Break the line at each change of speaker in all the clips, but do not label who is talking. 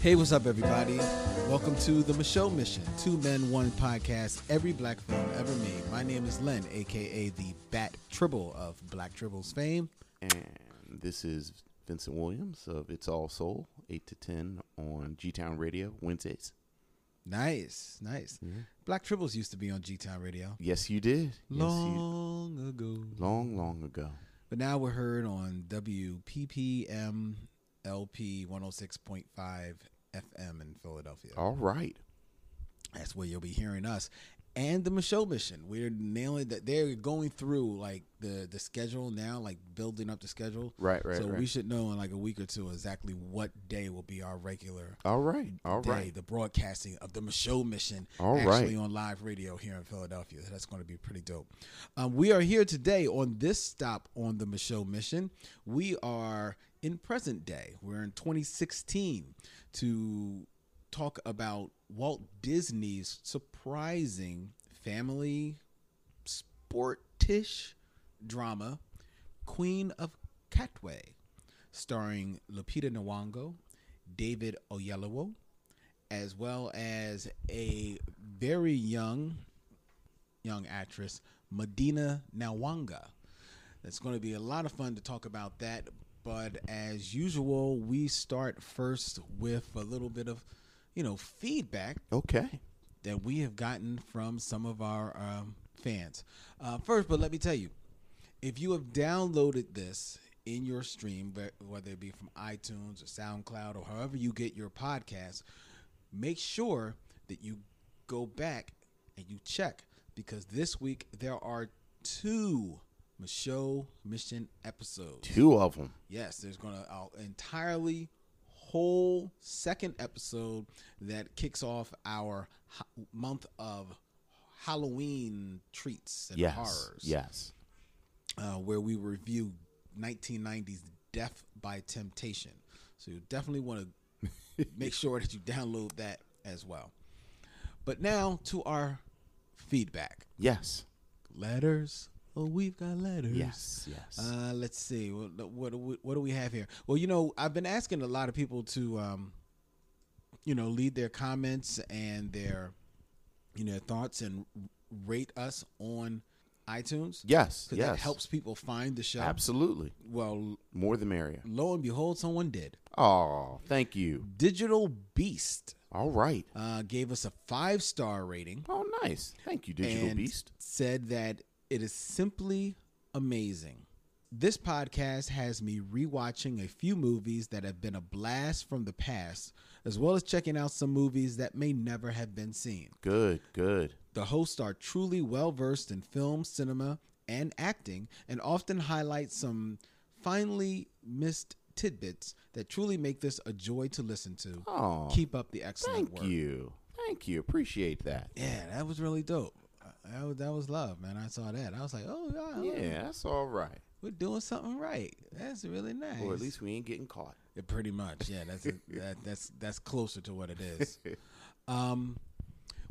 Hey, what's up, everybody? Welcome to the Michelle Mission, Two Men, One Podcast, every black film ever made. My name is Len, aka the Bat Tribble of Black Tribbles fame.
And this is Vincent Williams of It's All Soul, 8 to 10 on G Town Radio, Wednesdays.
Nice, nice. Black Tribbles used to be on G Town Radio
Yes, you did. Mm-hmm. Yes,
long ago,
you, long, long ago.
but now we're heard on WPPM LP 106.5 FM in Philadelphia.
All right.
That's where you'll be hearing us and the Michelle Mission. We're nailing that. They're going through like the the schedule now, like building up the schedule.
Right, right,
So
right.
we should know in like a week or two exactly what day will be our regular
All right. All
day,
right.
the broadcasting of the Michelle Mission,
All
actually
right.
on live radio here in Philadelphia. So that's going to be pretty dope. Um, we are here today on this stop on the Michelle Mission. We are in present day. We're in 2016 to talk about Walt Disney's surprising family sportish drama, Queen of Katwe, starring Lupita Nyong'o, David Oyelowo, as well as a very young young actress Medina Nawanga. It's going to be a lot of fun to talk about that, but as usual, we start first with a little bit of, you know, feedback
Okay.
that we have gotten from some of our um, fans. Uh, first, but let me tell you, if you have downloaded this in your stream, wh- whether it be from iTunes or SoundCloud or however you get your podcast, make sure that you go back and you check because this week there are two Michelle Mission episodes.
Two of them.
Yes, there's going to an entirely whole second episode that kicks off our ho- month of Halloween treats and
Yes.
horrors.
Yes.
Uh, where we review 1990s Death by Temptation. So you definitely want to make sure that you download that as well. But now to our feedback.
Yes.
Letters. Oh, we've got letters.
Yes. Yes.
Uh, let's see. What, what do we- what do we have here? Well, you know, I've been asking a lot of people to, um, you know, lead their comments and their, you know, thoughts and rate us on iTunes.
yes.
'Cause
Yes.
that helps people find the show.
Absolutely.
Well,
More the merrier.
lo and behold, someone did.
Oh, thank you.
Digital Beast
All right.
uh, gave us a five star rating.
Oh, nice. Thank you, Digital
and
Beast.
said that it is simply amazing. This podcast has me rewatching a few movies that have been a blast from the past, as well as checking out some movies that may never have been seen.
Good. Good.
The hosts are truly well versed in film, cinema, and acting, and often highlight some finely missed tidbits that truly make this a joy to listen to.
Oh,
Keep up the excellent
thank
work.
you. Thank you. Appreciate that.
Yeah, that was really dope. Uh, That was, that was love, man. I saw that. I was like, oh, God,
Yeah, that's all right.
we're doing something right. That's really nice.
Or at least we ain't getting caught.
Yeah, pretty much. Yeah, that's that, that's that's closer to what it is. Um,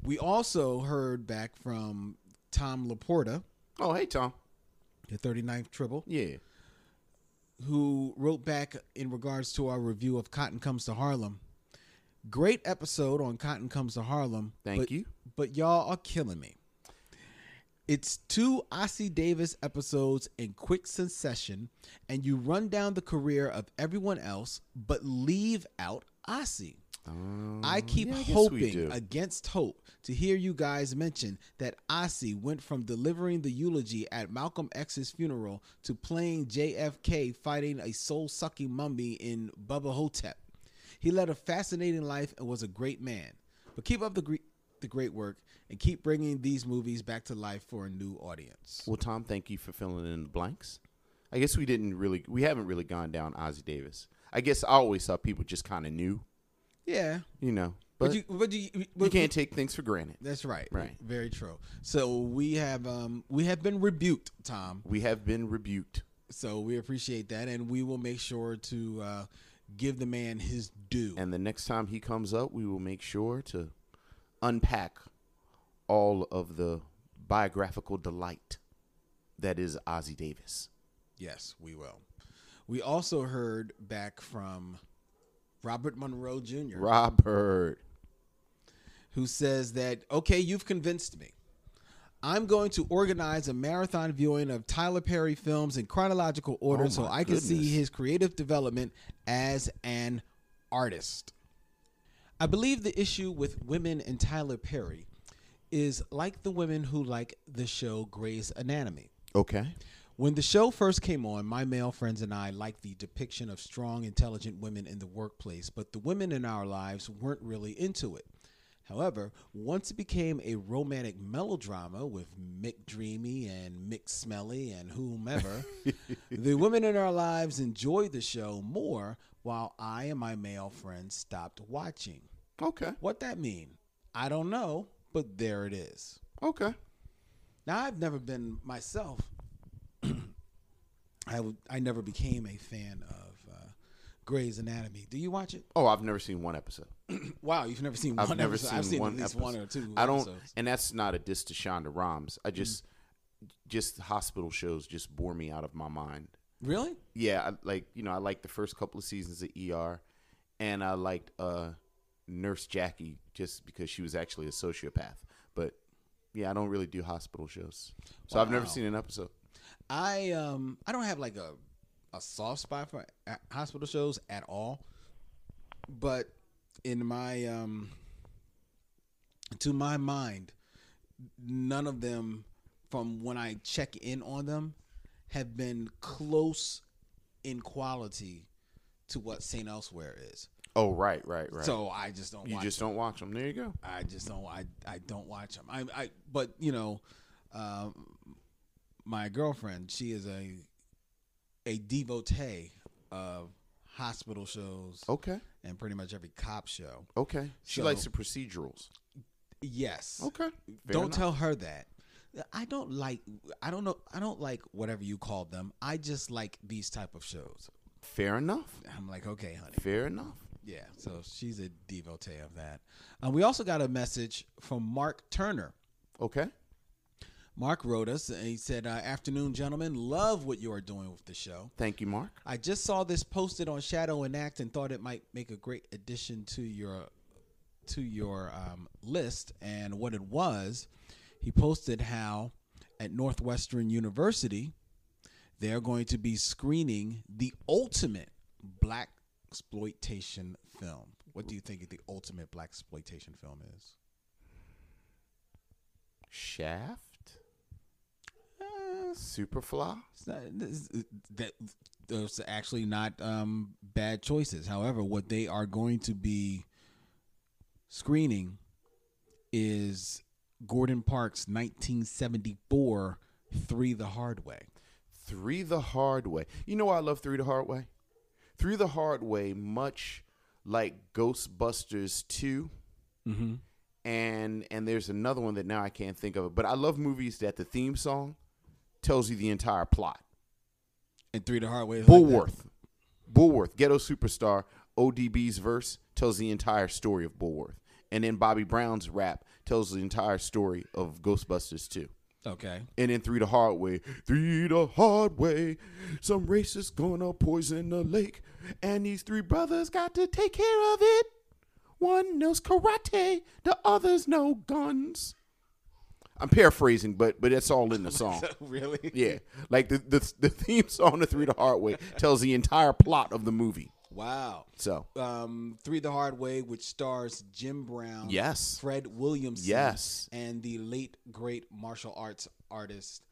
we also heard back from Tom Laporta,
Oh, hey, Tom.
the 39th Triple,
Yeah.
who wrote back in regards to our review of Cotton Comes to Harlem. Great episode on Cotton Comes to Harlem.
Thank
but-
you.
But y'all are killing me. It's two Ossie Davis episodes in quick succession, and you run down the career of everyone else, but leave out Ossie. I keep
Oh, yeah, I guess we do.
hoping against hope to hear you guys mention that Ossie went from delivering the eulogy at Malcolm X's funeral to playing JFK fighting a soul sucking mummy in Bubba Hotep. He led a fascinating life and was a great man. But keep up the, gre- the great work and keep bringing these movies back to life for a new audience.
Well, Tom, thank you for filling in the blanks. I guess we didn't really, we haven't really gone down Ozzy Davis. I guess I always thought people just kind of knew,
Yeah.
you know, but,
But,
you,
you, but you, but
can't take things for granted.
That's right.
Right.
Very true. So we have um we have been rebuked, Tom.
We have been rebuked.
So we appreciate that, and we will make sure to uh, give the man his due.
And the next time he comes up, we will make sure to unpack all of the biographical delight that is Ozzy Davis.
yes, we will. We also heard back from Robert Monroe Jr.,
Robert.
who says that, okay, you've convinced me. I'm going to organize a marathon viewing of Tyler Perry films in chronological order
Oh
so
my
I can see
goodness.
his creative development as an artist. I believe the issue with women and Tyler Perry is like the women who like the show Grey's Anatomy.
Okay.
When the show first came on, my male friends and I liked the depiction of strong, intelligent women in the workplace, but the women in our lives weren't really into it. However, once it became a romantic melodrama with Mick Dreamy and Mick Smelly and whomever, the women in our lives enjoyed the show more while I and my male friends stopped watching.
Okay.
What that mean? I don't know, but there it is.
Okay.
Now I've never been myself. I w- I never became a fan of uh, Grey's Anatomy. Do you watch it?
Oh, I've never seen one episode.
Wow, you've never seen
I've
one
never
episode.
seen
I've seen
one
at least
episode.
one or two.
I don't,
episodes.
and that's not a diss to Shonda Rhimes. I just, just hospital shows just bore me out of my mind.
really.
Yeah, I, like you know, I liked the first couple of seasons of ER, and I liked uh, Nurse Jackie just because she was actually a sociopath. But yeah, I don't really do hospital shows, so I've never
Wow.
seen an episode.
I um I don't have like a a soft spot for uh, hospital shows at all, but in my um to my mind, none of them from when I check in on them have been close in quality to what St. Elsewhere is.
Oh, right, right, right.
So I just don't.
you
watch
just don't watch them. There you go.
I just don't. I I don't watch them. I I but you know, um, my girlfriend she is a a devotee of hospital shows
Okay,
and pretty much every cop show.
okay. She
So-
likes the procedurals.
Yes.
Okay, Fair
don't
enough.
tell her that. I don't like. I don't know. I don't like whatever you call them. I just like these type of shows.
Fair enough.
I'm like, okay, honey.
Fair enough.
Yeah. So she's a devotee of that. Uh, we also got a message from Mark Turner.
Okay.
Mark wrote us and he said, uh, Afternoon, gentlemen. Love what you are doing with the show.
Thank you, Mark.
I just saw this posted on Shadow and Act and thought it might make a great addition to your to your um, list. And what it was, he posted how at Northwestern University they're going to be screening the ultimate black exploitation film. What do you think the ultimate black exploitation film is?
Shaft. Uh, Superfly.
It's not, it's- it- that those are actually not um, bad choices. However, what they are going to be screening is Gordon Parks' 1974 Three the Hard Way.
Three the Hard Way. You know why I love Three the Hard Way? Three the Hard Way, much like Ghostbusters 2. Mm-hmm.
Mhm.
And and there's another one that now I can't think of. But I love movies that the theme song tells you the entire plot.
And Three the Hard Way is like that.
Bullworth. Bullworth, Ghetto Superstar, ODB's verse tells the entire story of Bullworth. And then Bobby Brown's rap tells the entire story of Ghostbusters 2.
okay.
and then three the hard way. Three the hard way. Some racist gonna poison the lake, and these three brothers got to take care of it. One knows karate, the others know guns. I'm paraphrasing, but but that's all in the song.
really?
Yeah, like the, the the theme song to Three the Hard Way tells the entire plot of the movie.
Wow.
So
Um, Three the Hard Way, which stars Jim Brown,
yes,
Fred Williamson,
Yes.
and the late great martial arts artist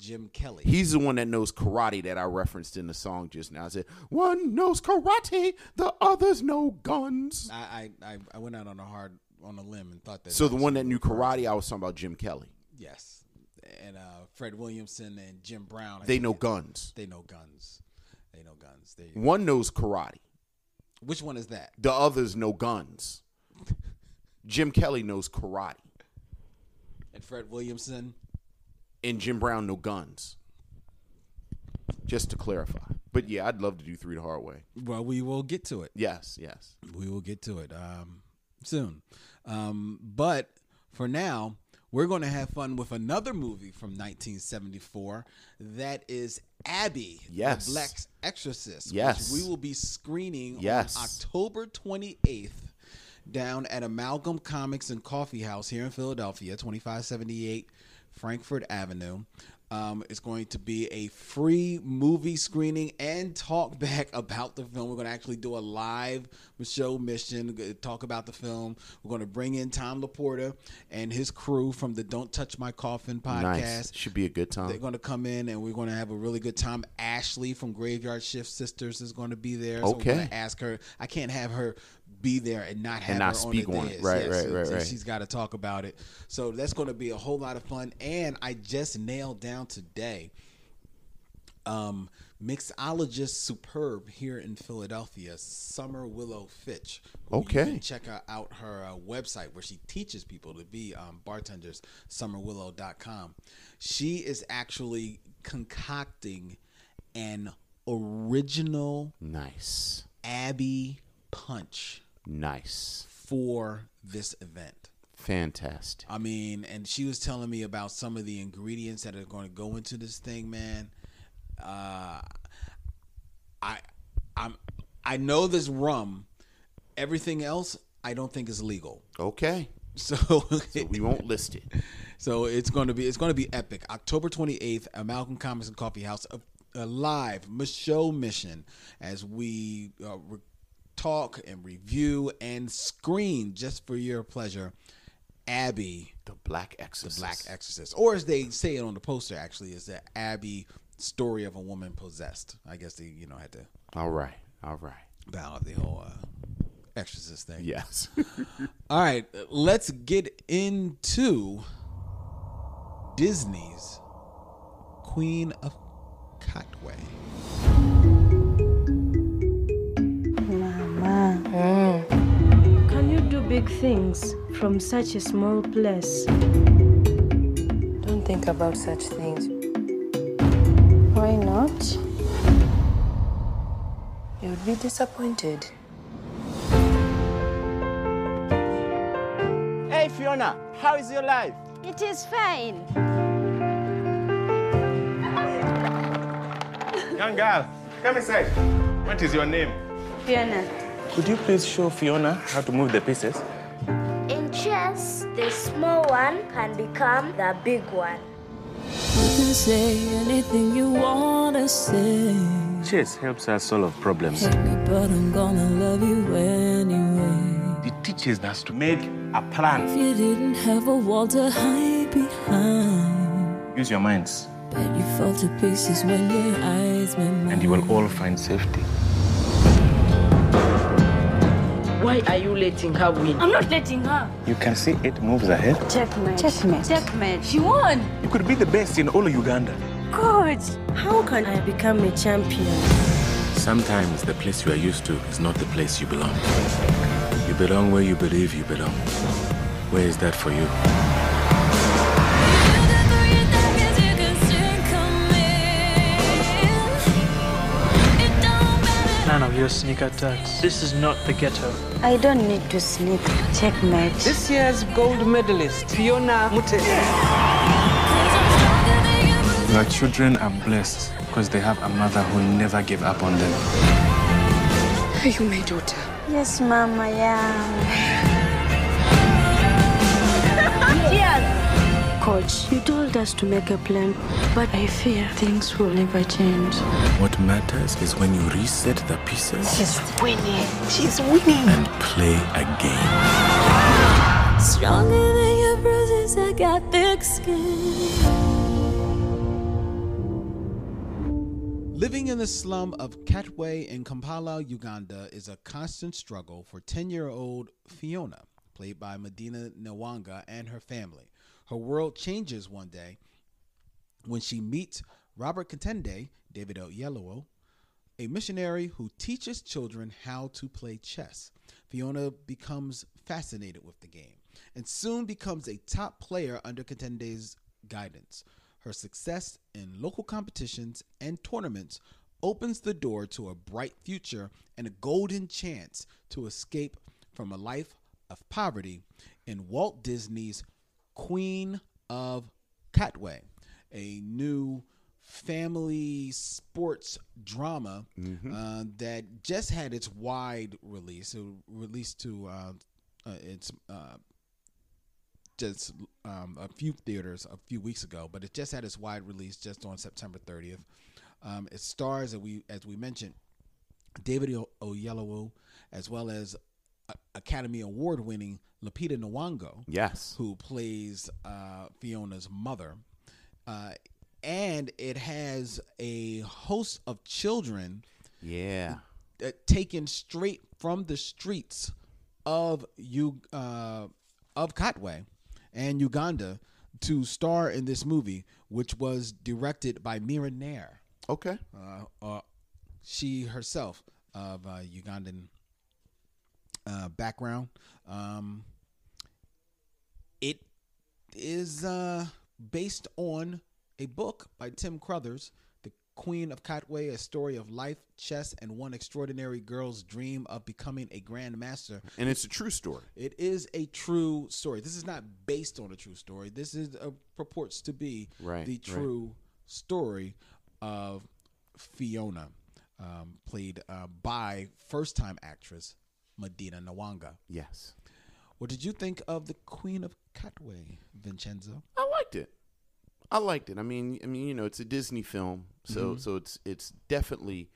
Jim Kelly.
He's the one that knows karate that I referenced in the song just now. I said, one knows karate, the others know guns.
I, I I- I went out on a hard on a limb and thought that.
So the
was-
one that knew karate, I was talking about Jim Kelly.
yes, and uh, Fred Williamson and Jim Brown. I
They
think
know
it-
guns.
They know guns. They know guns. They,
One knows karate.
which one is that?
The others know guns. Jim Kelly knows karate,
And Fred Williamson.
and Jim Brown know guns. just to clarify. But yeah, I'd love to do three the hard way.
Well, we will get to it.
Yes, yes.
We will get to it um, soon. Um, but for now, we're going to have fun with another movie from 1974 that is Abby,
Yes.
the Black's Exorcist.
Yes.
Which we will be screening
Yes.
on October 28th down at Amalgam Comics and Coffee House here in Philadelphia, 2578 Frankfurt Avenue. Um, it's going to be a free movie screening and talk back about the film. We're going to actually do a live show mission, g- talk about the film. We're going to bring in Tom Laporta and his crew from the Don't Touch My Coffin podcast.
Nice. Should be a good
They're
time.
going to come in and we're going to have a really good time. Ashley from Graveyard Shift Sisters is going to be there. So
Okay.
We're going to ask her. I can't have her be there and not have
not
her
speak
on, the
on it.
disc.
Right, right,
so
right, right.
She's got to talk about it. So that's going to be a whole lot of fun. And I just nailed down today um, mixologist superb here in Philadelphia, Summer Willow Fitch. who you
Okay.
can check out- out her uh, website where she teaches people to be um, bartenders, summerwillow.com. She is actually concocting an original
Nice.
Abby punch
Nice.
for this event.
Fantastic.
I mean, and she was telling me about some of the ingredients that are going to go into this thing, man. Uh, I, I'm, I know this rum. Everything else, I don't think is legal.
Okay.
So,
So we won't list it.
so it's going to be it's going to be epic. October 28th, at Malcolm Comics and Coffee House, a, a live show mission as we uh, re- talk and review and screen just for your pleasure. Abby
The Black Exorcist.
Black Exorcist, or as they say it on the poster, actually, is the Abby story of a woman possessed. I guess they, you know, had to
All right. All right.
bow out the whole uh, Exorcist thing.
Yes.
All right, let's get into Disney's Queen of Catway.
Can you do big things from such a small place?
Don't think about such things. Why not? You would be disappointed.
Hey Fiona, how is your life?
It is fine.
Young girl, come inside. What is your name?
Fiona.
Could you please show Fiona how to move the pieces?
In chess, the small one can become the big one.
You can say anything you wanna say.
Chess helps us solve problems.
Hate me, but I'm gonna love you anyway.
It teaches us to make a plan.
If you didn't have a wall to hide behind,
Use your minds,
bet you fall to pieces when your eyes met mine.
and you will all find safety.
Why are you letting her win?
I'm not letting her.
You can see eight moves ahead.
Checkmate.
Checkmate.
Checkmate.
She won.
You could be the best in all Uganda.
Good. How can I become a champion?
Sometimes the place you are used to is not the place you belong. You belong where you believe you belong. Where is that for you?
You're the three diamonds you can see coming. It don't matter.
None of your sneak attacks. This is not the ghetto.
I don't need to sneak. Checkmate.
This year's gold medalist, Fiona Mute.
'Cause I'm stronger than your bruises.
Your children are blessed because they have a mother who never gave up on them.
Are you my daughter?
Yes, Mama, yeah.
Coach, you told us to make a plan, but I fear things will never change.
What matters is when you reset the pieces
She's winning. She's winning.
and play again.
Stronger than your bruises, I got thick skin.
Living in the slum of Katwe in Kampala, Uganda, is a constant struggle for 10 year old Fiona, played by Medina Nwanga, and her family. Her world changes one day when she meets Robert Katende, David Oyelowo, a missionary who teaches children how to play chess. Fiona becomes fascinated with the game and soon becomes a top player under Katende's guidance. Her success in local competitions and tournaments opens the door to a bright future and a golden chance to escape from a life of poverty in Walt Disney's Queen of Catway, a new family sports drama
Mhm.
uh, that just had its wide release. It released to uh, uh, its uh, just um, a few theaters a few weeks ago, but it just had its wide release just on September 30th. Um, it stars, as we as we mentioned, David o- Oyelowo, as well as A- Academy Award winning Lupita Nyong'o,
Yes.
who plays uh, Fiona's mother, uh, and it has a host of children
Yeah.
uh, taken straight from the streets of you uh, of Katwe and Uganda to star in this movie, which was directed by Mira Nair.
Okay.
Uh, uh, she herself of uh, Ugandan uh, background. Um, it is uh, based on a book by Tim Crothers, The Queen of Katwe, A Story of Life, Chess, and One Extraordinary Girl's Dream of Becoming a Grand Master.
And it's a true story.
It is a true story. This is not based on a true story. This is a, purports to be
Right,
the
right.
true story of Fiona, um, played uh, by first-time actress Medina Nawanga.
Yes.
What did you think of the Queen of Catway, Vincenzo?
I liked it. I liked it. I mean, I mean, you know, it's a Disney film, so
Mhm.
so it's it's definitely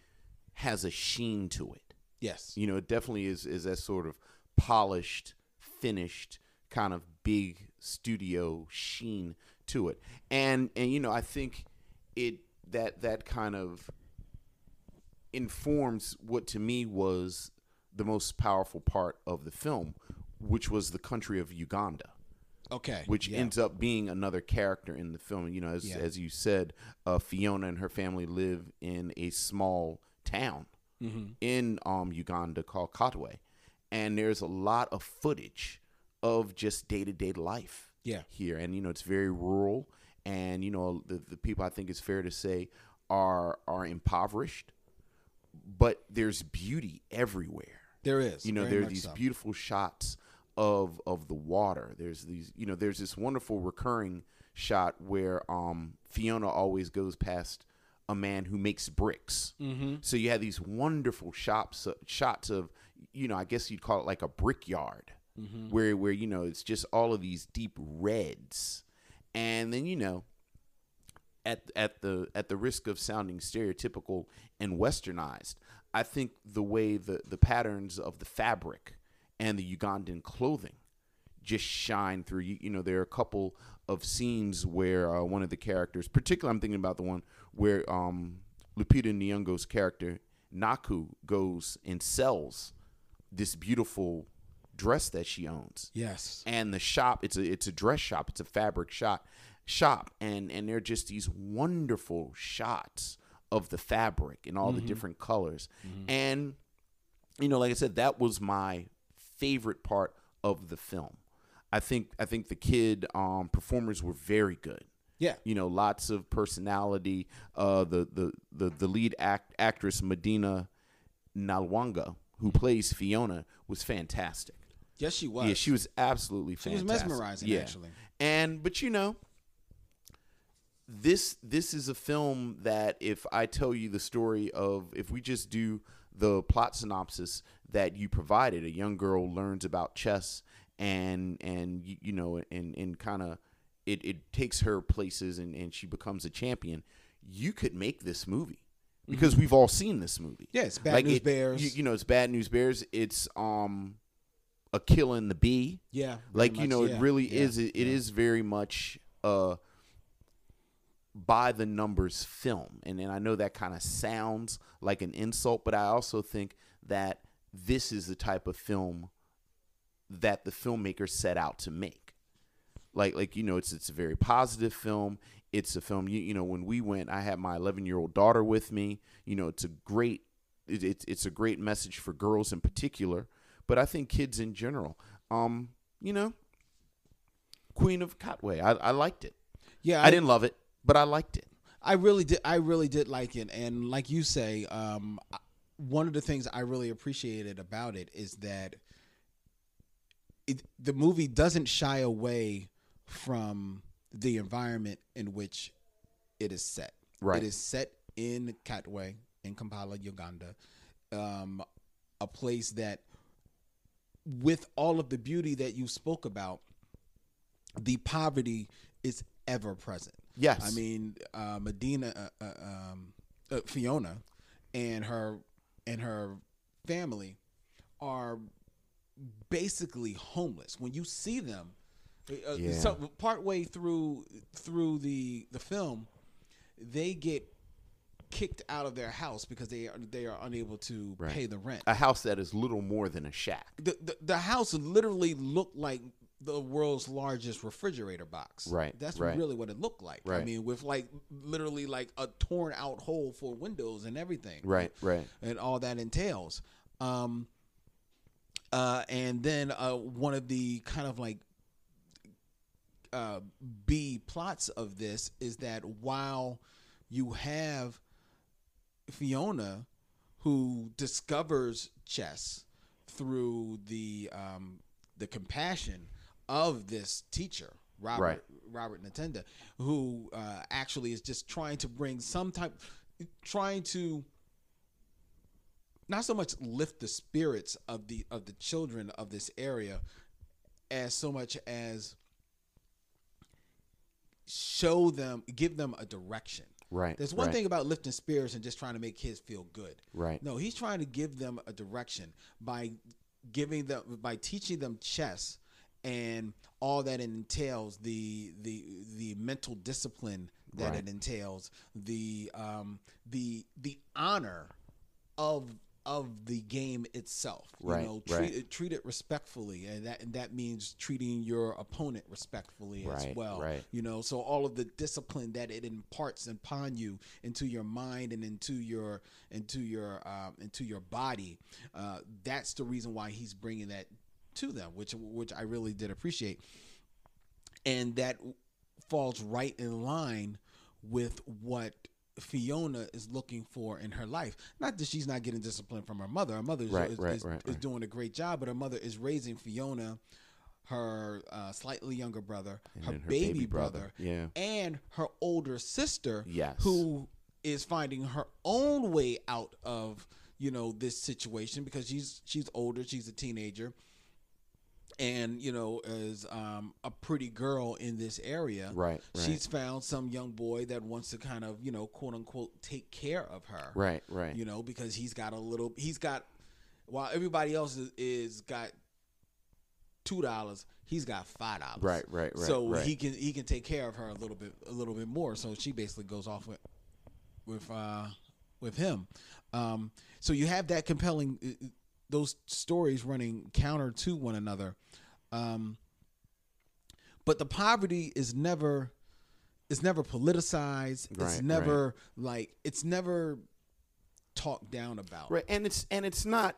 has a sheen to it.
Yes.
You know, it definitely is is that sort of polished, finished kind of big studio sheen to it. And and you know, I think it that that kind of informs what to me was the most powerful part of the film, which was the country of Uganda
Okay.
which
yeah.
ends up being another character in the film. You know, as
Yeah.
as you said, uh, Fiona and her family live in a small town
Mhm.
in um, Uganda called Katwe, and there's a lot of footage of just day to day life.
Yeah.
here and you know it's very rural, and you know the the people I think it's fair to say are are impoverished, but there's beauty everywhere.
There is,
you know,
very
there are
much
these
so.
beautiful shots of of the water. There's these, you know, there's this wonderful recurring shot where um, Fiona always goes past a man who makes bricks.
Mhm.
So you have these wonderful shops uh, shots of, you know, I guess you'd call it like a brickyard,
Mhm.
where where you know it's just all of these deep reds, and then you know at at the at the risk of sounding stereotypical and westernized, I think the way the the patterns of the fabric and the Ugandan clothing just shine through. You, you know, there are a couple of scenes where uh, one of the characters, particularly I'm thinking about the one where um, Lupita Nyong'o's character Naku goes and sells this beautiful dress that she owns
Yes.
and the shop it's a it's a dress shop it's a fabric shop shop and and they're just these wonderful shots of the fabric and all
Mhm.
the different colors and you know like i said that was my favorite part of the film i think i think the kid um performers were very good
Yeah.
you know lots of personality uh the the the, the lead act actress medina nalwanga who plays fiona was fantastic
Yes, she was.
yeah, she was absolutely
She was
fantastic.
mesmerizing, actually.
And but you know, this this is a film that if I tell you the story of if we just do the plot synopsis that you provided, a young girl learns about chess and and you, you know and and kind of it, it takes her places and, and she becomes a champion. You could make this movie because we've all seen this movie.
Mm-hmm. Yeah, it's Bad News
it-
Bears.
You, you know, it's Bad News Bears. It's um a killing the bee.
Yeah, very
like you
much,
know,
yeah,
it really
yeah,
is. It, it is
yeah.
very much uh by the numbers film, and and I know that kind of sounds like an insult, but I also think that this is the type of film that the filmmaker set out to make. Like like you know, it's it's a very positive film. It's a film you you know when we went, I had my 11 year old daughter with me. You know, it's a great it, it's it's a great message for girls in particular, but I think kids in general. Um, you know, Queen of Cotway, I I liked it.
Yeah,
I,
I-
didn't love it, but I liked it.
I really did. I really did like it, and like you say, um, one of the things I really appreciated about it is that it, the movie doesn't shy away from the environment in which it is set.
Right.
It is set in Katwe in Kampala, Uganda, um, a place that, with all of the beauty that you spoke about, the poverty is ever present.
Yes.
I mean, uh, Medina, uh, uh, um, uh, Fiona, and her and her family are basically homeless. When you see them, uh,
Yeah.
so partway through through the the film, they get kicked out of their house because they are they are unable to
Right.
pay the rent.
A house that is little more than a shack.
The, the the house literally looked like the world's largest refrigerator box.
Right,
That's
right.
really what it looked like. I
Right.
mean, with like literally like a torn out hole for windows and everything.
Right, right.
And all that entails. Um uh and then uh one of the kind of like uh B plots of this is that while you have Fiona who discovers chess through the um, the compassion of this teacher, Robert
Right.
Robert Natenda, who uh, actually is just trying to bring some type, trying to not so much lift the spirits of the of the children of this area, as so much as show them, give them a direction.
Right,
There's one
right.
thing about lifting spirits and just trying to make kids feel good.
Right.
No, he's trying to give them a direction by giving them by teaching them chess and all that it entails the the the mental discipline that
Right.
it entails the um the the honor of of the game itself you
Right,
know treat
right.
it treat it respectfully and that and that means treating your opponent respectfully as
Right,
well
right.
you know so all of the discipline that it imparts upon you into your mind and into your into your um, into your body uh, that's the reason why he's bringing that to them which which i really did appreciate and that falls right in line with what Fiona is looking for in her life. Not that she's not getting discipline from her mother. Her mother is,
Right,
is,
right,
is-
right,
is
right.
doing a great job, but her mother is raising Fiona, her uh, slightly younger brother, her,
then her
baby,
baby
brother,
brother, yeah.
and her older sister,
Yes.
who is finding her own way out of you know this situation because she's she's older, she's a teenager, and you know is um, a pretty girl in this area.
Right, right.
She's found some young boy that wants to kind of you know quote unquote take care of her.
Right, right.
You know because he's got a little. He's got while everybody else is, is got two dollars. He's got five dollars.
Right, right, right,
So
right.
he can he can take care of her a little bit a little bit more. So she basically goes off with with uh with him. Um so you have that compelling uh, uh, those stories running counter to one another. Um but the poverty is never it's never politicized. it's
Right,
never like it's never talked down about.
Right, and it's and it's not,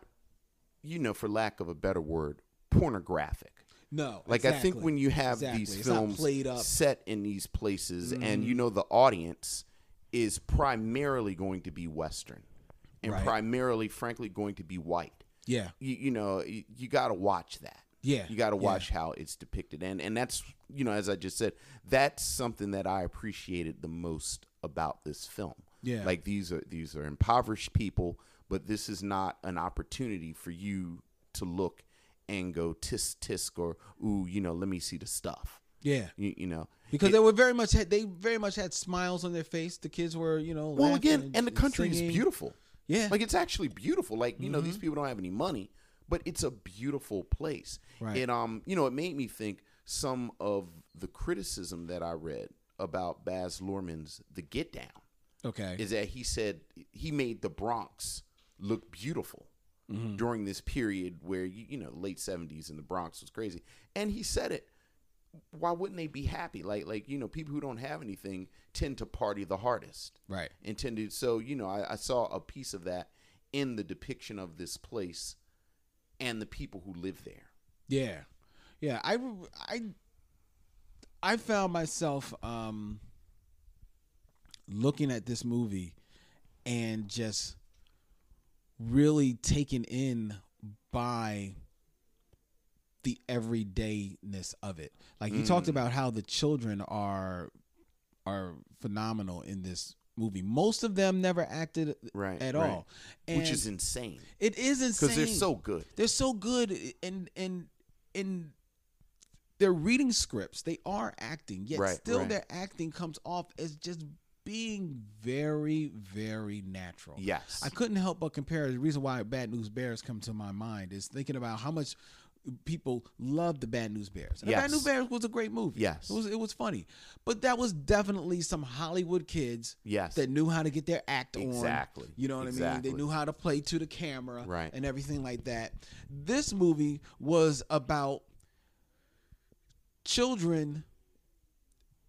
you know, for lack of a better word, pornographic.
No.
Like I think
exactly,
when you have
exactly.
these
It's not
films
played up. Mm-hmm.
set in these places, and you know the audience is primarily going to be Western, and
Right.
primarily, frankly, going to be white.
Yeah.
You, you know, you, you got to watch that.
Yeah,
you got to
yeah.
watch how it's depicted, and and that's you know, as I just said, that's something that I appreciated the most about this film.
Yeah.
like these are these are impoverished people, but this is not an opportunity for you to look and go tisk tisk or ooh, you know, let me see the stuff.
Yeah.
You, you know,
because
It-
they were very much had, they very much had smiles on their face. The kids were, you know,
well
laughing
again, and the country
singing.
is beautiful.
Yeah. Mm-hmm.
like it's actually beautiful. Like you know, these people don't have any money, but it's a beautiful place.
Right.
It um, you know, it made me think some of the criticism that I read about Baz Luhrmann's The Get Down.
Okay,
is that he said he made the Bronx look beautiful
Mm-hmm.
during this period where you, you know late seventies and the Bronx was crazy, and he said it. Why wouldn't they be happy? Like like you know people who don't have anything tend to party the hardest,
Right.
And tend to so you know I, I saw a piece of that in the depiction of this place and the people who live there.
yeah, yeah. I I I found myself um looking at this movie and just really taken in by the everydayness of it. Like you
Mm.
talked about how the children are are phenomenal in this movie. Most of them never acted
right
at
right.
all,
which is
And
insane.
It is insane
they're so good.
They're so good, and and and they're reading scripts. They are acting, yet
Right,
still
right.
their acting comes off as just being very very natural.
Yes.
I couldn't help but compare. The reason why Bad News Bears come to my mind is thinking about how much people love the Bad News Bears. And the Bad
Yes.
News Bears was a great movie.
Yes.
It was it was funny. But that was definitely some Hollywood kids
Yes.
that knew how to get their act on.
Exactly.
You know what I mean? They
Exactly.
knew how to play to the camera
Right.
and everything like that. This movie was about children,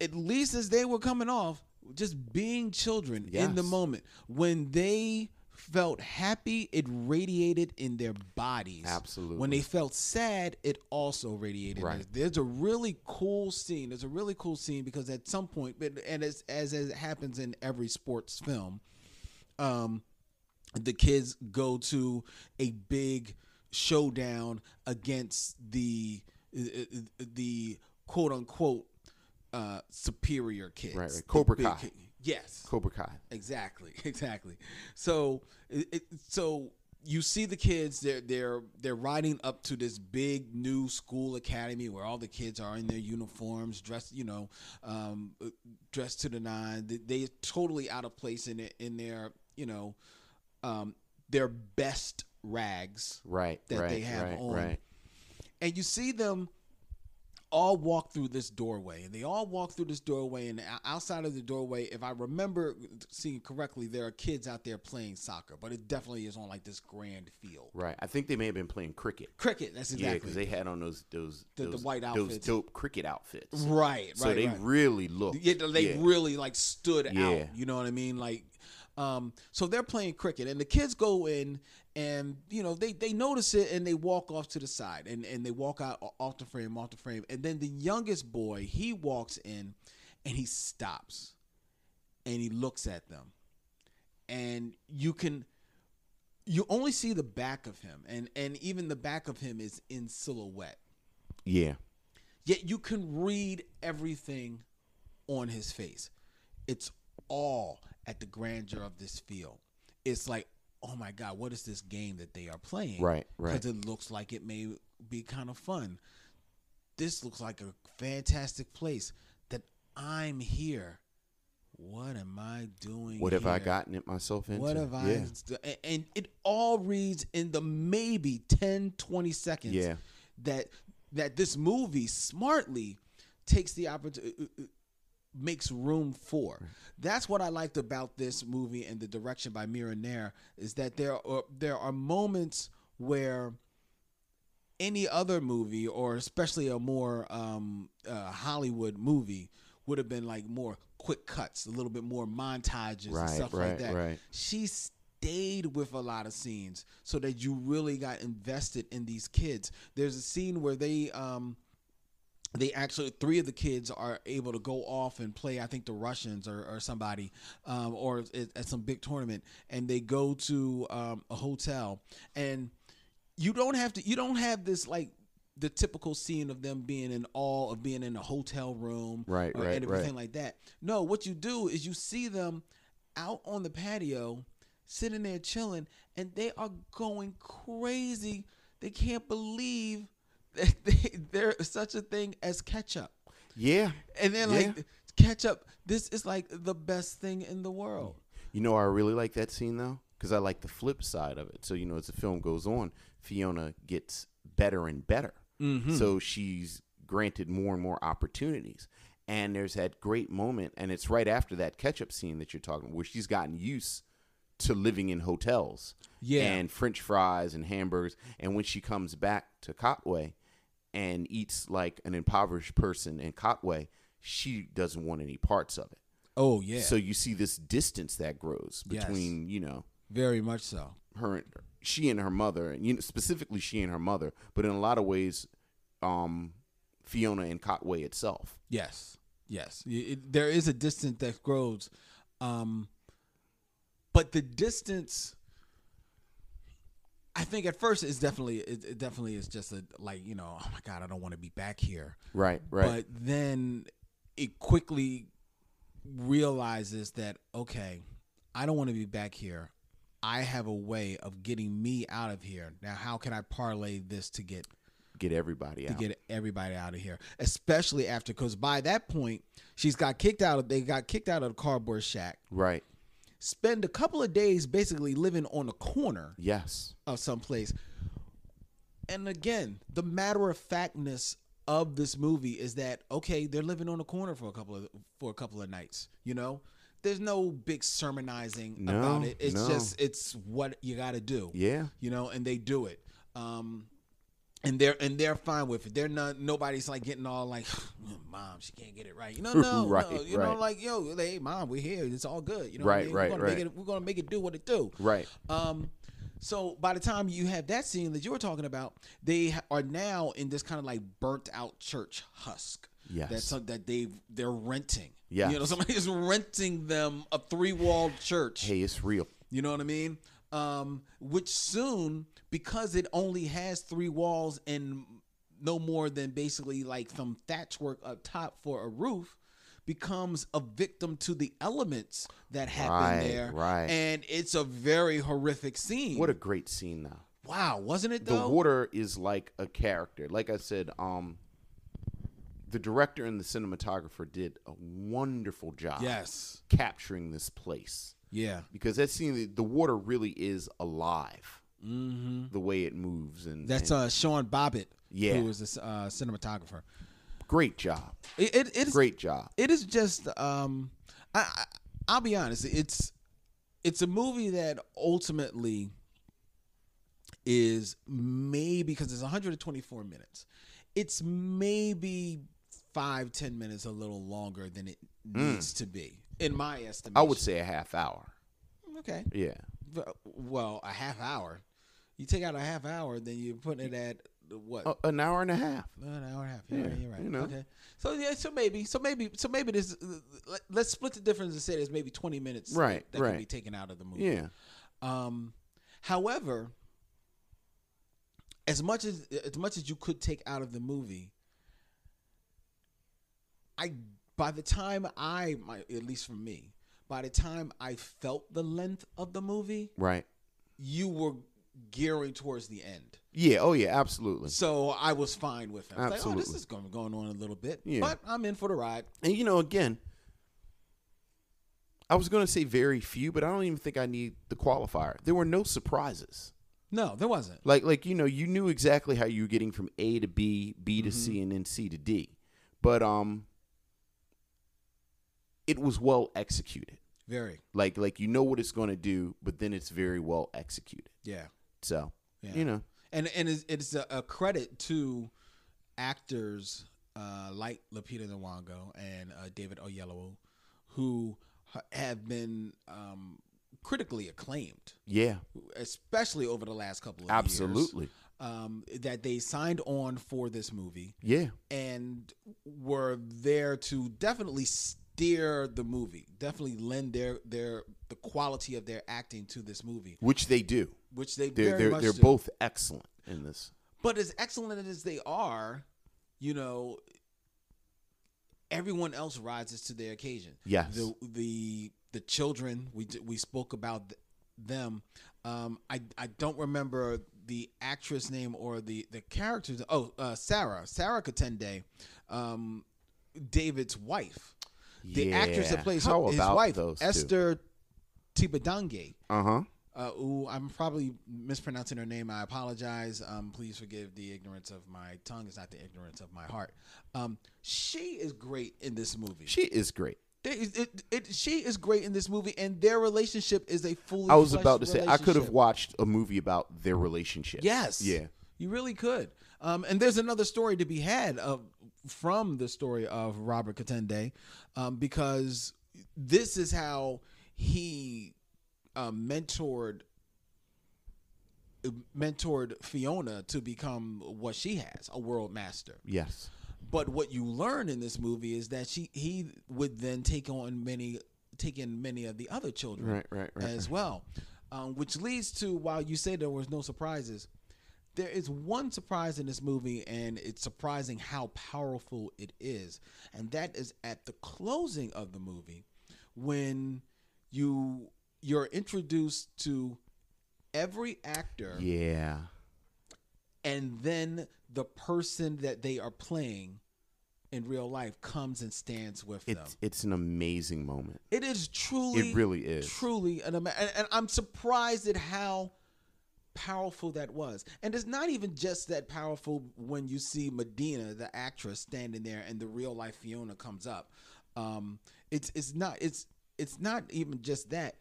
at least as they were coming off, just being children in the
Yes.
moment. When they felt happy, it radiated in their bodies.
Absolutely.
When they felt sad, it also radiated.
Right.
There's a really cool scene. There's a really cool scene because at some point, but and as as, as it happens in every sports film, um, the kids go to a big showdown against the uh, the quote unquote uh, superior kids.
Right, right.
The
Cobra
big
Kai.
ki- Yes.
Cobra Kai.
Exactly, exactly. So, it, it- so you see the kids. They're they're they're riding up to this big new school academy where all the kids are in their uniforms, dressed you know, um, uh, dressed to the nine. They, they're totally out of place in it in their you know, um, their best rags
Right,
that
right,
they have
right,
on,
right.
and you see them all walk through this doorway and they all walk through this doorway and o- outside of the doorway if i remember seeing correctly there are kids out there playing soccer but it definitely is on like this grand field
Right. I think they may have been playing cricket.
Cricket, that's
Yeah,
exactly.
because they had on those those
The- the
those,
white
Those
outfits.
dope cricket outfits.
Right,
So
right,
they
right.
really looked.
yeah, they
yeah.
really like stood out
Yeah.
you know what i mean like um so they're playing cricket and the kids go in and you know they they notice it and they walk off to the side and and they walk out o- off the frame off the frame and then the youngest boy he walks in and he stops and he looks at them and you can you only see the back of him and and even the back of him is in silhouette
Yeah.
yet you can read everything on his face. It's all at the grandeur of this field. It's like, oh my God, what is this game that they are playing?
Right, right.
Because it looks like it may be kind of fun. This looks like a fantastic place that I'm here. What am I doing?
What have I
here?
gotten it myself into?
What have I?
Yeah.
and- And it all reads in the maybe 10, 20 seconds
Yeah.
that that this movie smartly takes the uh, opportunity makes room for. That's what I liked about this movie and the direction by Mira Nair is that there are there are moments where any other movie or especially a more um, uh, Hollywood movie would have been like more quick cuts, a little bit more montages and
Right,
stuff like
right,
that.
right.
She stayed with a lot of scenes so that you really got invested in these kids. There's a scene where they um, they actually three of the kids are able to go off and play i think the russians or, or somebody um, or at, at some big tournament and they go to um, a hotel and you don't have to you don't have this like the typical scene of them being in awe of being in a hotel room
Right,
or-
right,
and everything
right.
like that no what you do is you see them out on the patio sitting there chilling and they are going crazy they can't believe that they, there's such a thing as ketchup
Yeah.
and then like
Yeah.
ketchup this is like the best thing in the world
You know, why I really like that scene though, because I like the flip side of it. So you know, as the film goes on, Fiona gets better and better.
Mhm.
So she's granted more and more opportunities. And there's that great moment, and it's right after that ketchup scene that you're talking, where she's gotten used to living in hotels,
Yeah.
and French fries and hamburgers. And when she comes back to Cotway and eats like an impoverished person in Cotway, she doesn't want any parts of it.
Oh, yeah.
So you see this distance that grows
Yes.
between you know
very much so
her, and, she and her mother, and you know, specifically she and her mother, but in a lot of ways, um, Fiona and Cotway itself.
Yes, yes. Y- it- there is a distance that grows Um, but the distance, I think at first it's definitely it, it definitely is just a like you know oh my god I don't want to be back here.
Right, right.
But then it quickly realizes that okay, I don't want to be back here. I have a way of getting me out of here. Now, how can I parlay this to get
get everybody
to
out.
get everybody out of here, especially after because by that point she's got kicked out of they got kicked out of the cardboard shack.
right.
Spend a couple of days basically living on a corner
Yes.
of someplace. And again, the matter of factness of this movie is that okay, they're living on a corner for a couple of for a couple of nights. You know, there's no big sermonizing
No,
about it. It's
no.
just it's what you got to do.
Yeah.
you know, and they do it. Um, and they're and they're fine with it. They're not. Nobody's like getting all like, "Mom, she can't get it right." You know, no,
Right,
no. You know,
right.
like, yo, hey, mom, we're here. It's all good. You know, what I
Right,
mean?
right,
we're gonna
right.
Make it, we're gonna make it do what it do.
Right.
Um, so by the time you have that scene that you were talking about, they ha- are now in this kind of like burnt out church husk.
Yes.
That's some- that they they're renting.
Yes.
You know, somebody is renting them a three walled church.
Hey, it's real.
You know what I mean? Um, which soon, because it only has three walls and no more than basically like some thatchwork up top for a roof, becomes a victim to the elements that happen
Right,
there.
right.
And it's a very horrific scene.
What a great scene though.
wow, wasn't it
the
though?
water is like a character. Like I said, um, the director and the cinematographer did a wonderful job.
Yes.
capturing this place
Yeah.
because that scene, the- the water really is alive.
Mm-hmm.
The way it moves and
That's
and
uh Sean Bobbitt,
Yeah.
who was the uh, cinematographer.
great job,
It, it, it's
great job.
it is just um I, I i'll be honest it's it's a movie that ultimately is maybe because it's 124 minutes it's maybe five ten minutes a little longer than it needs to be in my estimation
Hmm. I would say a half hour.
okay
Yeah,
V- well a half hour you take out a half hour then you're putting it at what
A- an hour and a half.
an hour and a half. Yeah,
Yeah,
you're right.
you know.
Okay. So yeah, so maybe, so maybe, so maybe this. let- Let's split the difference and say there's maybe 20 minutes that-
Right,
that,
right.
can be taken out of the movie.
Yeah,
Um, however, as much as as much as you could take out of the movie, I by the time I, my, at least for me, by the time I felt the length of the movie,
right.
you were gearing towards the end.
Yeah. Oh yeah. Absolutely.
So I was fine with it. I was like, oh, this
Absolutely.
is going, going on a little bit,
Yeah.
but I'm in for the ride.
And you know, again, I was going to say very few, but I don't even think I need the qualifier. There were no surprises.
No, there wasn't.
Like like you know, you knew exactly how you were getting from A to B, B to C,
Mm-hmm.
and then C to D. But um, it was well executed.
Very.
Like like you know what it's going to do, but then it's very well executed.
Yeah.
So
Yeah.
you know,
And and it's, it's a, a credit to actors uh, like Lupita Nyong'o and uh, David Oyelowo, who ha- have been um, critically acclaimed,
yeah,
especially over the last couple of years.
absolutely,
Um, that they signed on for this movie.
yeah,
and were there to definitely steer the movie, definitely lend their their the quality of their acting to this movie,
which they do.
which they
They're
very
they're,
much
they're
do.
both excellent in this.
But as excellent as they are, you know, everyone else rises to their occasion.
Yes.
the the the children we d- we spoke about th- them. Um, I I don't remember the actress name or the the characters. Oh, uh, Sarah Sarah Katende, um, David's wife, the actress that
Yeah.
plays
How
her, his
about
wife,
those two?
Esther Tibadange
Uh huh.
uh, ooh, I'm probably mispronouncing her name. I apologize. Um, please forgive the ignorance of my tongue. It's not the ignorance of my heart. Um, she is great in this movie.
She is great.
They- it, it, it- she is great in this movie, and their relationship is a fully.
I was
fleshed
about to say I could have
relationship.
watched a movie about their relationship.
Yes.
Yeah.
You really could. Um, and there's another story to be had of from the story of Robert Katende, um, because this is how he uh, mentored mentored Fiona to become what she has, a world master.
Yes.
But what you learn in this movie is that she he would then take on many taking many of the other children
Right, right, right,
as
right.
well. Um, which leads to while you say there was no surprises, there is one surprise in this movie, and it's surprising how powerful it is. And that is at the closing of the movie when you you're introduced to every actor
Yeah.
and then the person that they are playing in real life comes and stands with them.
It's it's an amazing moment.
It is truly,
It really is.
truly an ama- and, and I'm surprised at how powerful that was. And it's not even just that powerful when you see Medina, the actress, standing there, and the real life Fiona comes up. Um, it's it's not it's it's not even just that.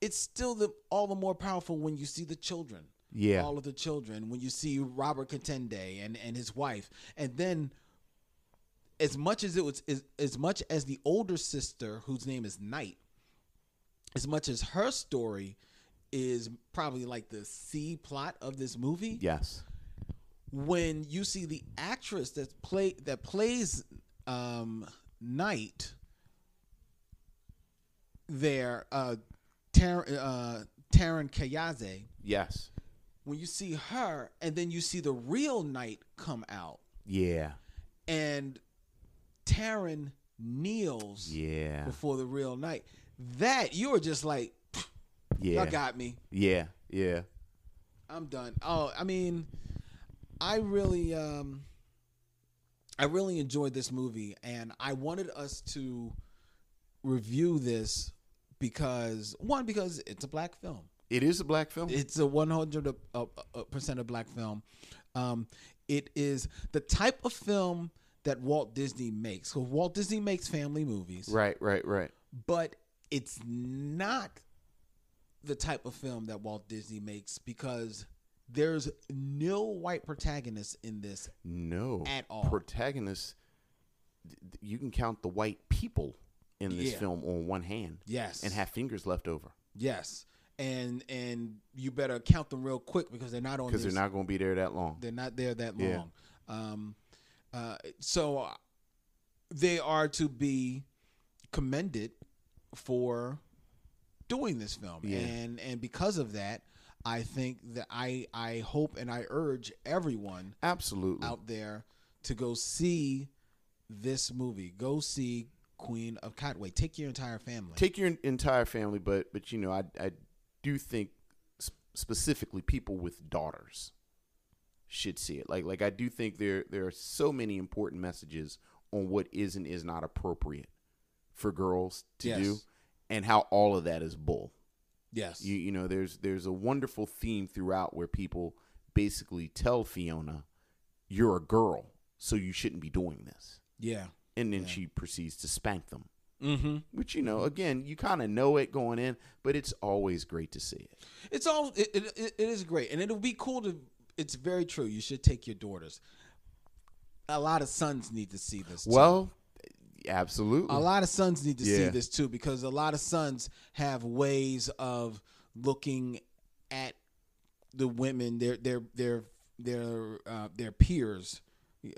It's still the all the more powerful when you see the children.
Yeah.
all of the children. When you see Robert Contende and and his wife, and then as much as it was as, as much as the older sister whose name is Knight, as much as her story is probably like the C plot of this movie.
Yes.
When you see the actress that play that plays um Knight there, uh Tar- uh Taryn Kayaze,
Yes.
when you see her and then you see the real Knight come out
Yeah.
and Taryn kneels
Yeah.
before the real night. That you were just like,
Yeah.
y'all got me.
Yeah. Yeah.
I'm done. Oh, I mean, I really, um, I really enjoyed this movie, and I wanted us to review this because one, because it's a black film.
It is a black film.
It's a 100 uh, uh, percent of black film. Um, it is the type of film that Walt Disney makes. So Walt Disney makes family movies,
right. Right. Right.
but it's not the type of film that Walt Disney makes because there's no white protagonist in this.
No.
At all.
Protagonists. th- th- You can count the white people in this
Yeah.
film on one hand.
Yes.
And have fingers left over
Yes, and and you better count them real quick because they're not on.
because they're
this-
not going to be there that long.
They're not there that
Yeah.
long. Um, uh, so uh, they are to be commended for doing this film,
Yeah.
and and because of that, I think that I I hope and I urge everyone
Absolutely.
out there to go see this movie. Go see Queen of Catway. Take your entire family.
take your en- entire family, but but you know, I I do think sp- specifically people with daughters should see it. Like like I do think there there are so many important messages on what is and is not appropriate for girls to
Yes.
do, and how all of that is bull.
yes.
You you know, there's there's a wonderful theme throughout where people basically tell Fiona, "You're a girl, so you shouldn't be doing this,"
yeah.
and then
Yeah.
she proceeds to spank them
Mm-hmm.
which you know again you kind of know it going in but it's always great to see it
It's all it, it, it- it is great, and it'll be cool to. It's very true. You should take your daughters. A lot of sons need to see this. Too.
well absolutely
a lot of sons need to see
Yeah.
this too because a lot of sons have ways of looking at the women, their their their their uh, their peers,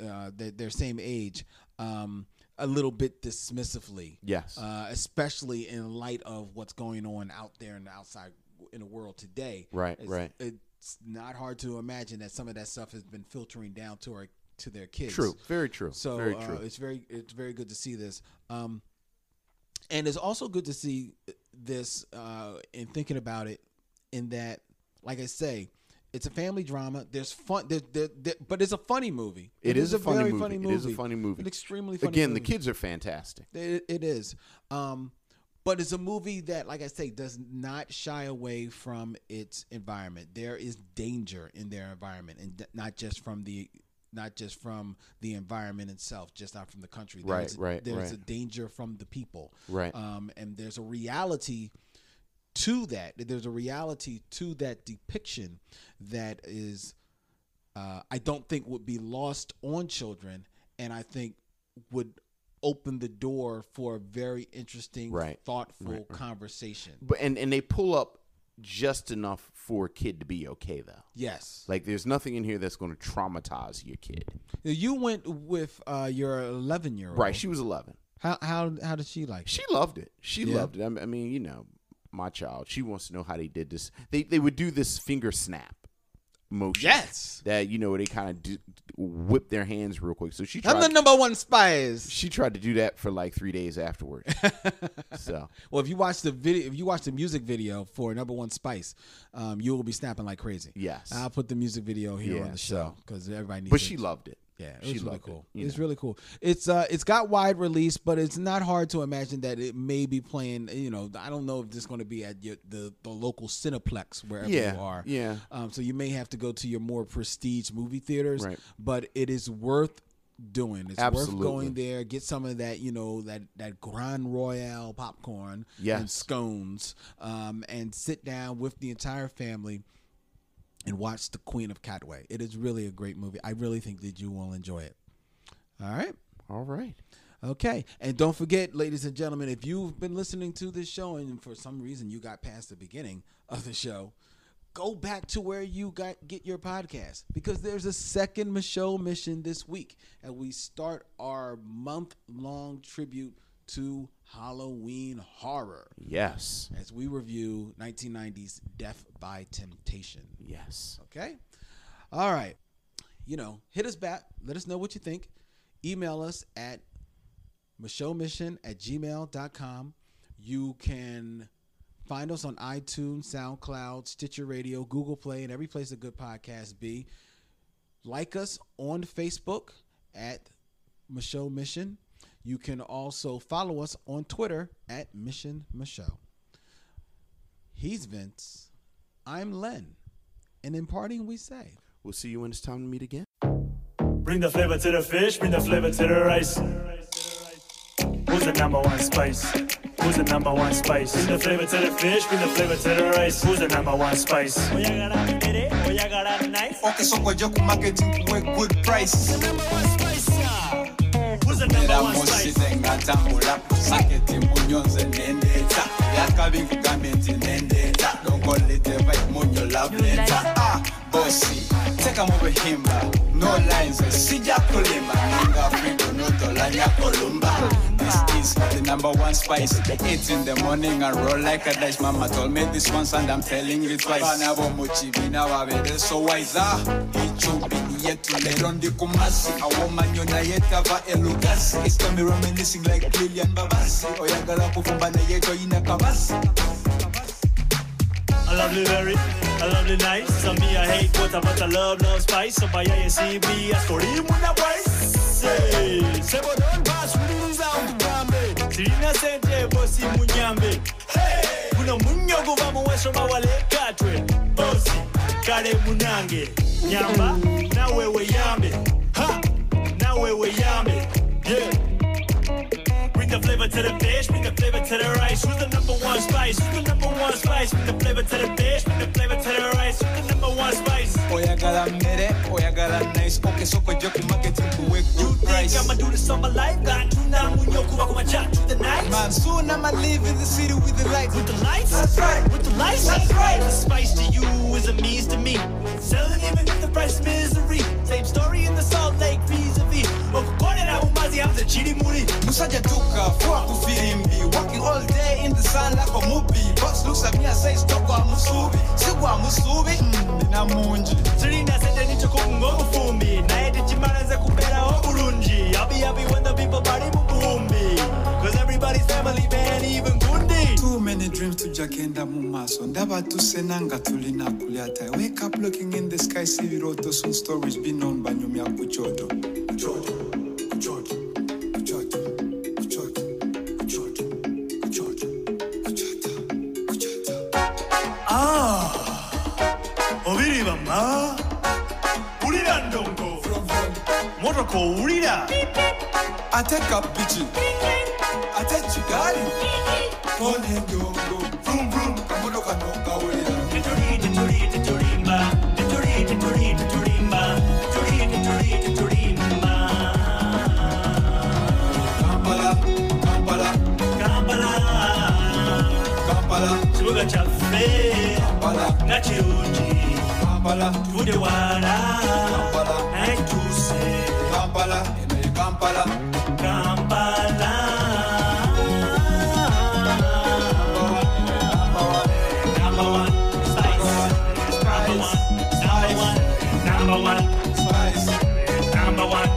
uh, their, their same age, um, a little bit dismissively.
yes
Uh, especially in light of what's going on out there and outside in the world today.
Right,
It's-
right.
It's not hard to imagine that some of that stuff has been filtering down to our to their kids.
true very true
So
very
uh,
true
it's very it's very good to see this. Um, and it's also good to see this uh, in thinking about it, in that, like I say, it's a family drama. There's fun, there, there, there, but it's a funny movie.
it is, a funny movie. it is a funny movie
An extremely funny
again
movie.
the kids are fantastic
It, it is. Um, but it's a movie that, like I say, does not shy away from its environment. There is danger in their environment, and d- not just from the not just from the environment itself, just not from the country.
Right,
There's,
right,
There's
right.
a danger from the people.
Right.
Um, and there's a reality to that. There's a reality to that depiction that is uh, I don't think would be lost on children, and I think would open the door for a very interesting,
Right.
thoughtful
Right, right.
conversation.
but and and they pull up just enough for a kid to be okay though
Yes,
like there's nothing in here that's going to traumatize your kid
you went with uh, your eleven-year-old,
right she was 11
How how how did she like?
She loved it. She yeah. loved it. I mean, I mean, you know, my child. She wants to know how they did this. They they would do this finger snap motion.
Yes.
That you know they kind of do, whip their hands real quick. So she.
Tried, I'm the number one spies.
She tried to do that for like three days afterwards. so.
Well, if you watch the video, if you watch the music video for number one spice, um, you will be snapping like crazy.
Yes.
I'll put the music video here yeah, on the show because so. everybody needs.
But it. she loved it.
Yeah,
it she
was really
it,
cool.
It's
know. really cool. It's uh, it's got wide release, but it's not hard to imagine that it may be playing. You know, I don't know if this is going to be at your, the the local Cineplex wherever
yeah,
you are.
Yeah.
Um, so you may have to go to your more prestige movie theaters.
Right.
But it is worth doing. It's
Absolutely.
worth going there, get some of that, you know, that that Grand Royale popcorn
yes.
and scones, um, and sit down with the entire family and watch The Queen of Catway. It is really a great movie. I really think that you will enjoy it. All right.
All right.
Okay. And don't forget, ladies and gentlemen, if you've been listening to this show and for some reason you got past the beginning of the show, go back to where you got get your podcast because there's a second Michelle mission this week. And we start our month long tribute to Halloween horror.
Yes.
As we review 1990's Death by Temptation.
Yes.
Okay. All right. You know, hit us back. Let us know what you think. Email us at Mission at gmail.com. You can find us on iTunes, SoundCloud, Stitcher Radio, Google Play, and every place a good podcast be. Like us on Facebook at Michelle Mission. You can also follow us on Twitter at Mission Michelle. He's Vince. I'm Len. And in parting, we say,
We'll see you when it's time to meet again.
Bring the flavor to the fish, bring the flavor to the rice. Who's the number one spice? Who's the number one spice? Bring the flavor to the fish, bring the flavor to the rice. Who's the number one spice? Voy a ganar mire, voy a ganar nice. Okay, so yo con marketing with good price. Who's the number one spice? Who's the number one spice?
ngatambula marketing unyonze nendetha yakabivu gamente nendetha dongoleteva imunyo lavnetha ah bosi teka mubuhimba ah. no lines eh. sijakulima ningafrido nodola nyakolumba This is the number one spice. It's in the morning, I roll like a dice. Mama told me this once, and I'm telling you twice. Banabo muchivina wabere so wise. Ah, ichubini yetu lero ndikumasi. Awomanyona yetava elugasi. It's got me reminiscing like Lilian Babasi. Oyagala kufumba na yeto ina kabasi.
A lovely very, a lovely night. Some me I hate, but I but I love love spice. So by I see me, I score him with a price. Say, but don't pass, we lose out to Gambe. Tirina Sente, Bossy Munyambe. Hey, Kuna Munyogo Vamuesho Mawale Katwe. Bossy, Kare Oh, Munange. Nyamba, nawe we yambe. Ha, nawe we yambe. Yeah. Bring the flavor to the fish, bring the flavor to the rice. Who's the number one spice? Who's the number one spice? Bring the flavor to the fish, bring the flavor to the rice. Who's the number one spice?
Oyagala mere, oyagala nice. Okay, so kwa joku marketing kuwe
good you price. You think I'ma do this all my life? God, do not munyo kuwa kuma chat to the night.
Man, soon I'ma live in the city with the lights.
With the lights?
That's right.
With the lights?
That's right.
The spice to you is a means to me. Selling even if the price misery. Same story in the Salt Lake vis-a-vis. Okukone na umazi hamza chini muri.
Musaja tuka, fuwa kufirimbi. Working all day in the sun like a movie. Boss looks at me and says, Tokwa musubi. Sigwa musubi. Mm, nina munji.
Serena said they need to cook ngo mufumbi. Naye tichimara za kupera ho burunji. Yabi yabi when the people party mubumbi. Cause everybody's family man, even gundi.
Too many dreams to jakenda mumaso. Ndaba tusenanga tulina kuliata. Wake up looking in the sky, see viroto soon stories. Be known by nyumya kuchodo. Kuchodo.
Ah, 아 우리란 동고 모로코 우리라
아테카 비치 아테치가리 보내동고 브룸브룸 까무로가 녹아 우리라
띠토리 띠토리 띠토리마 띠토리 띠토리 띠토리마 띠토리 띠토리 띠토리마
캄발라 캄발라
캄발라
캄발라
지구가 잡세
캄발라
나 지우지
Kampala,
Budewala,
Kampala,
Ekuse,
Kampala, Kampala,
Kampala. Number one.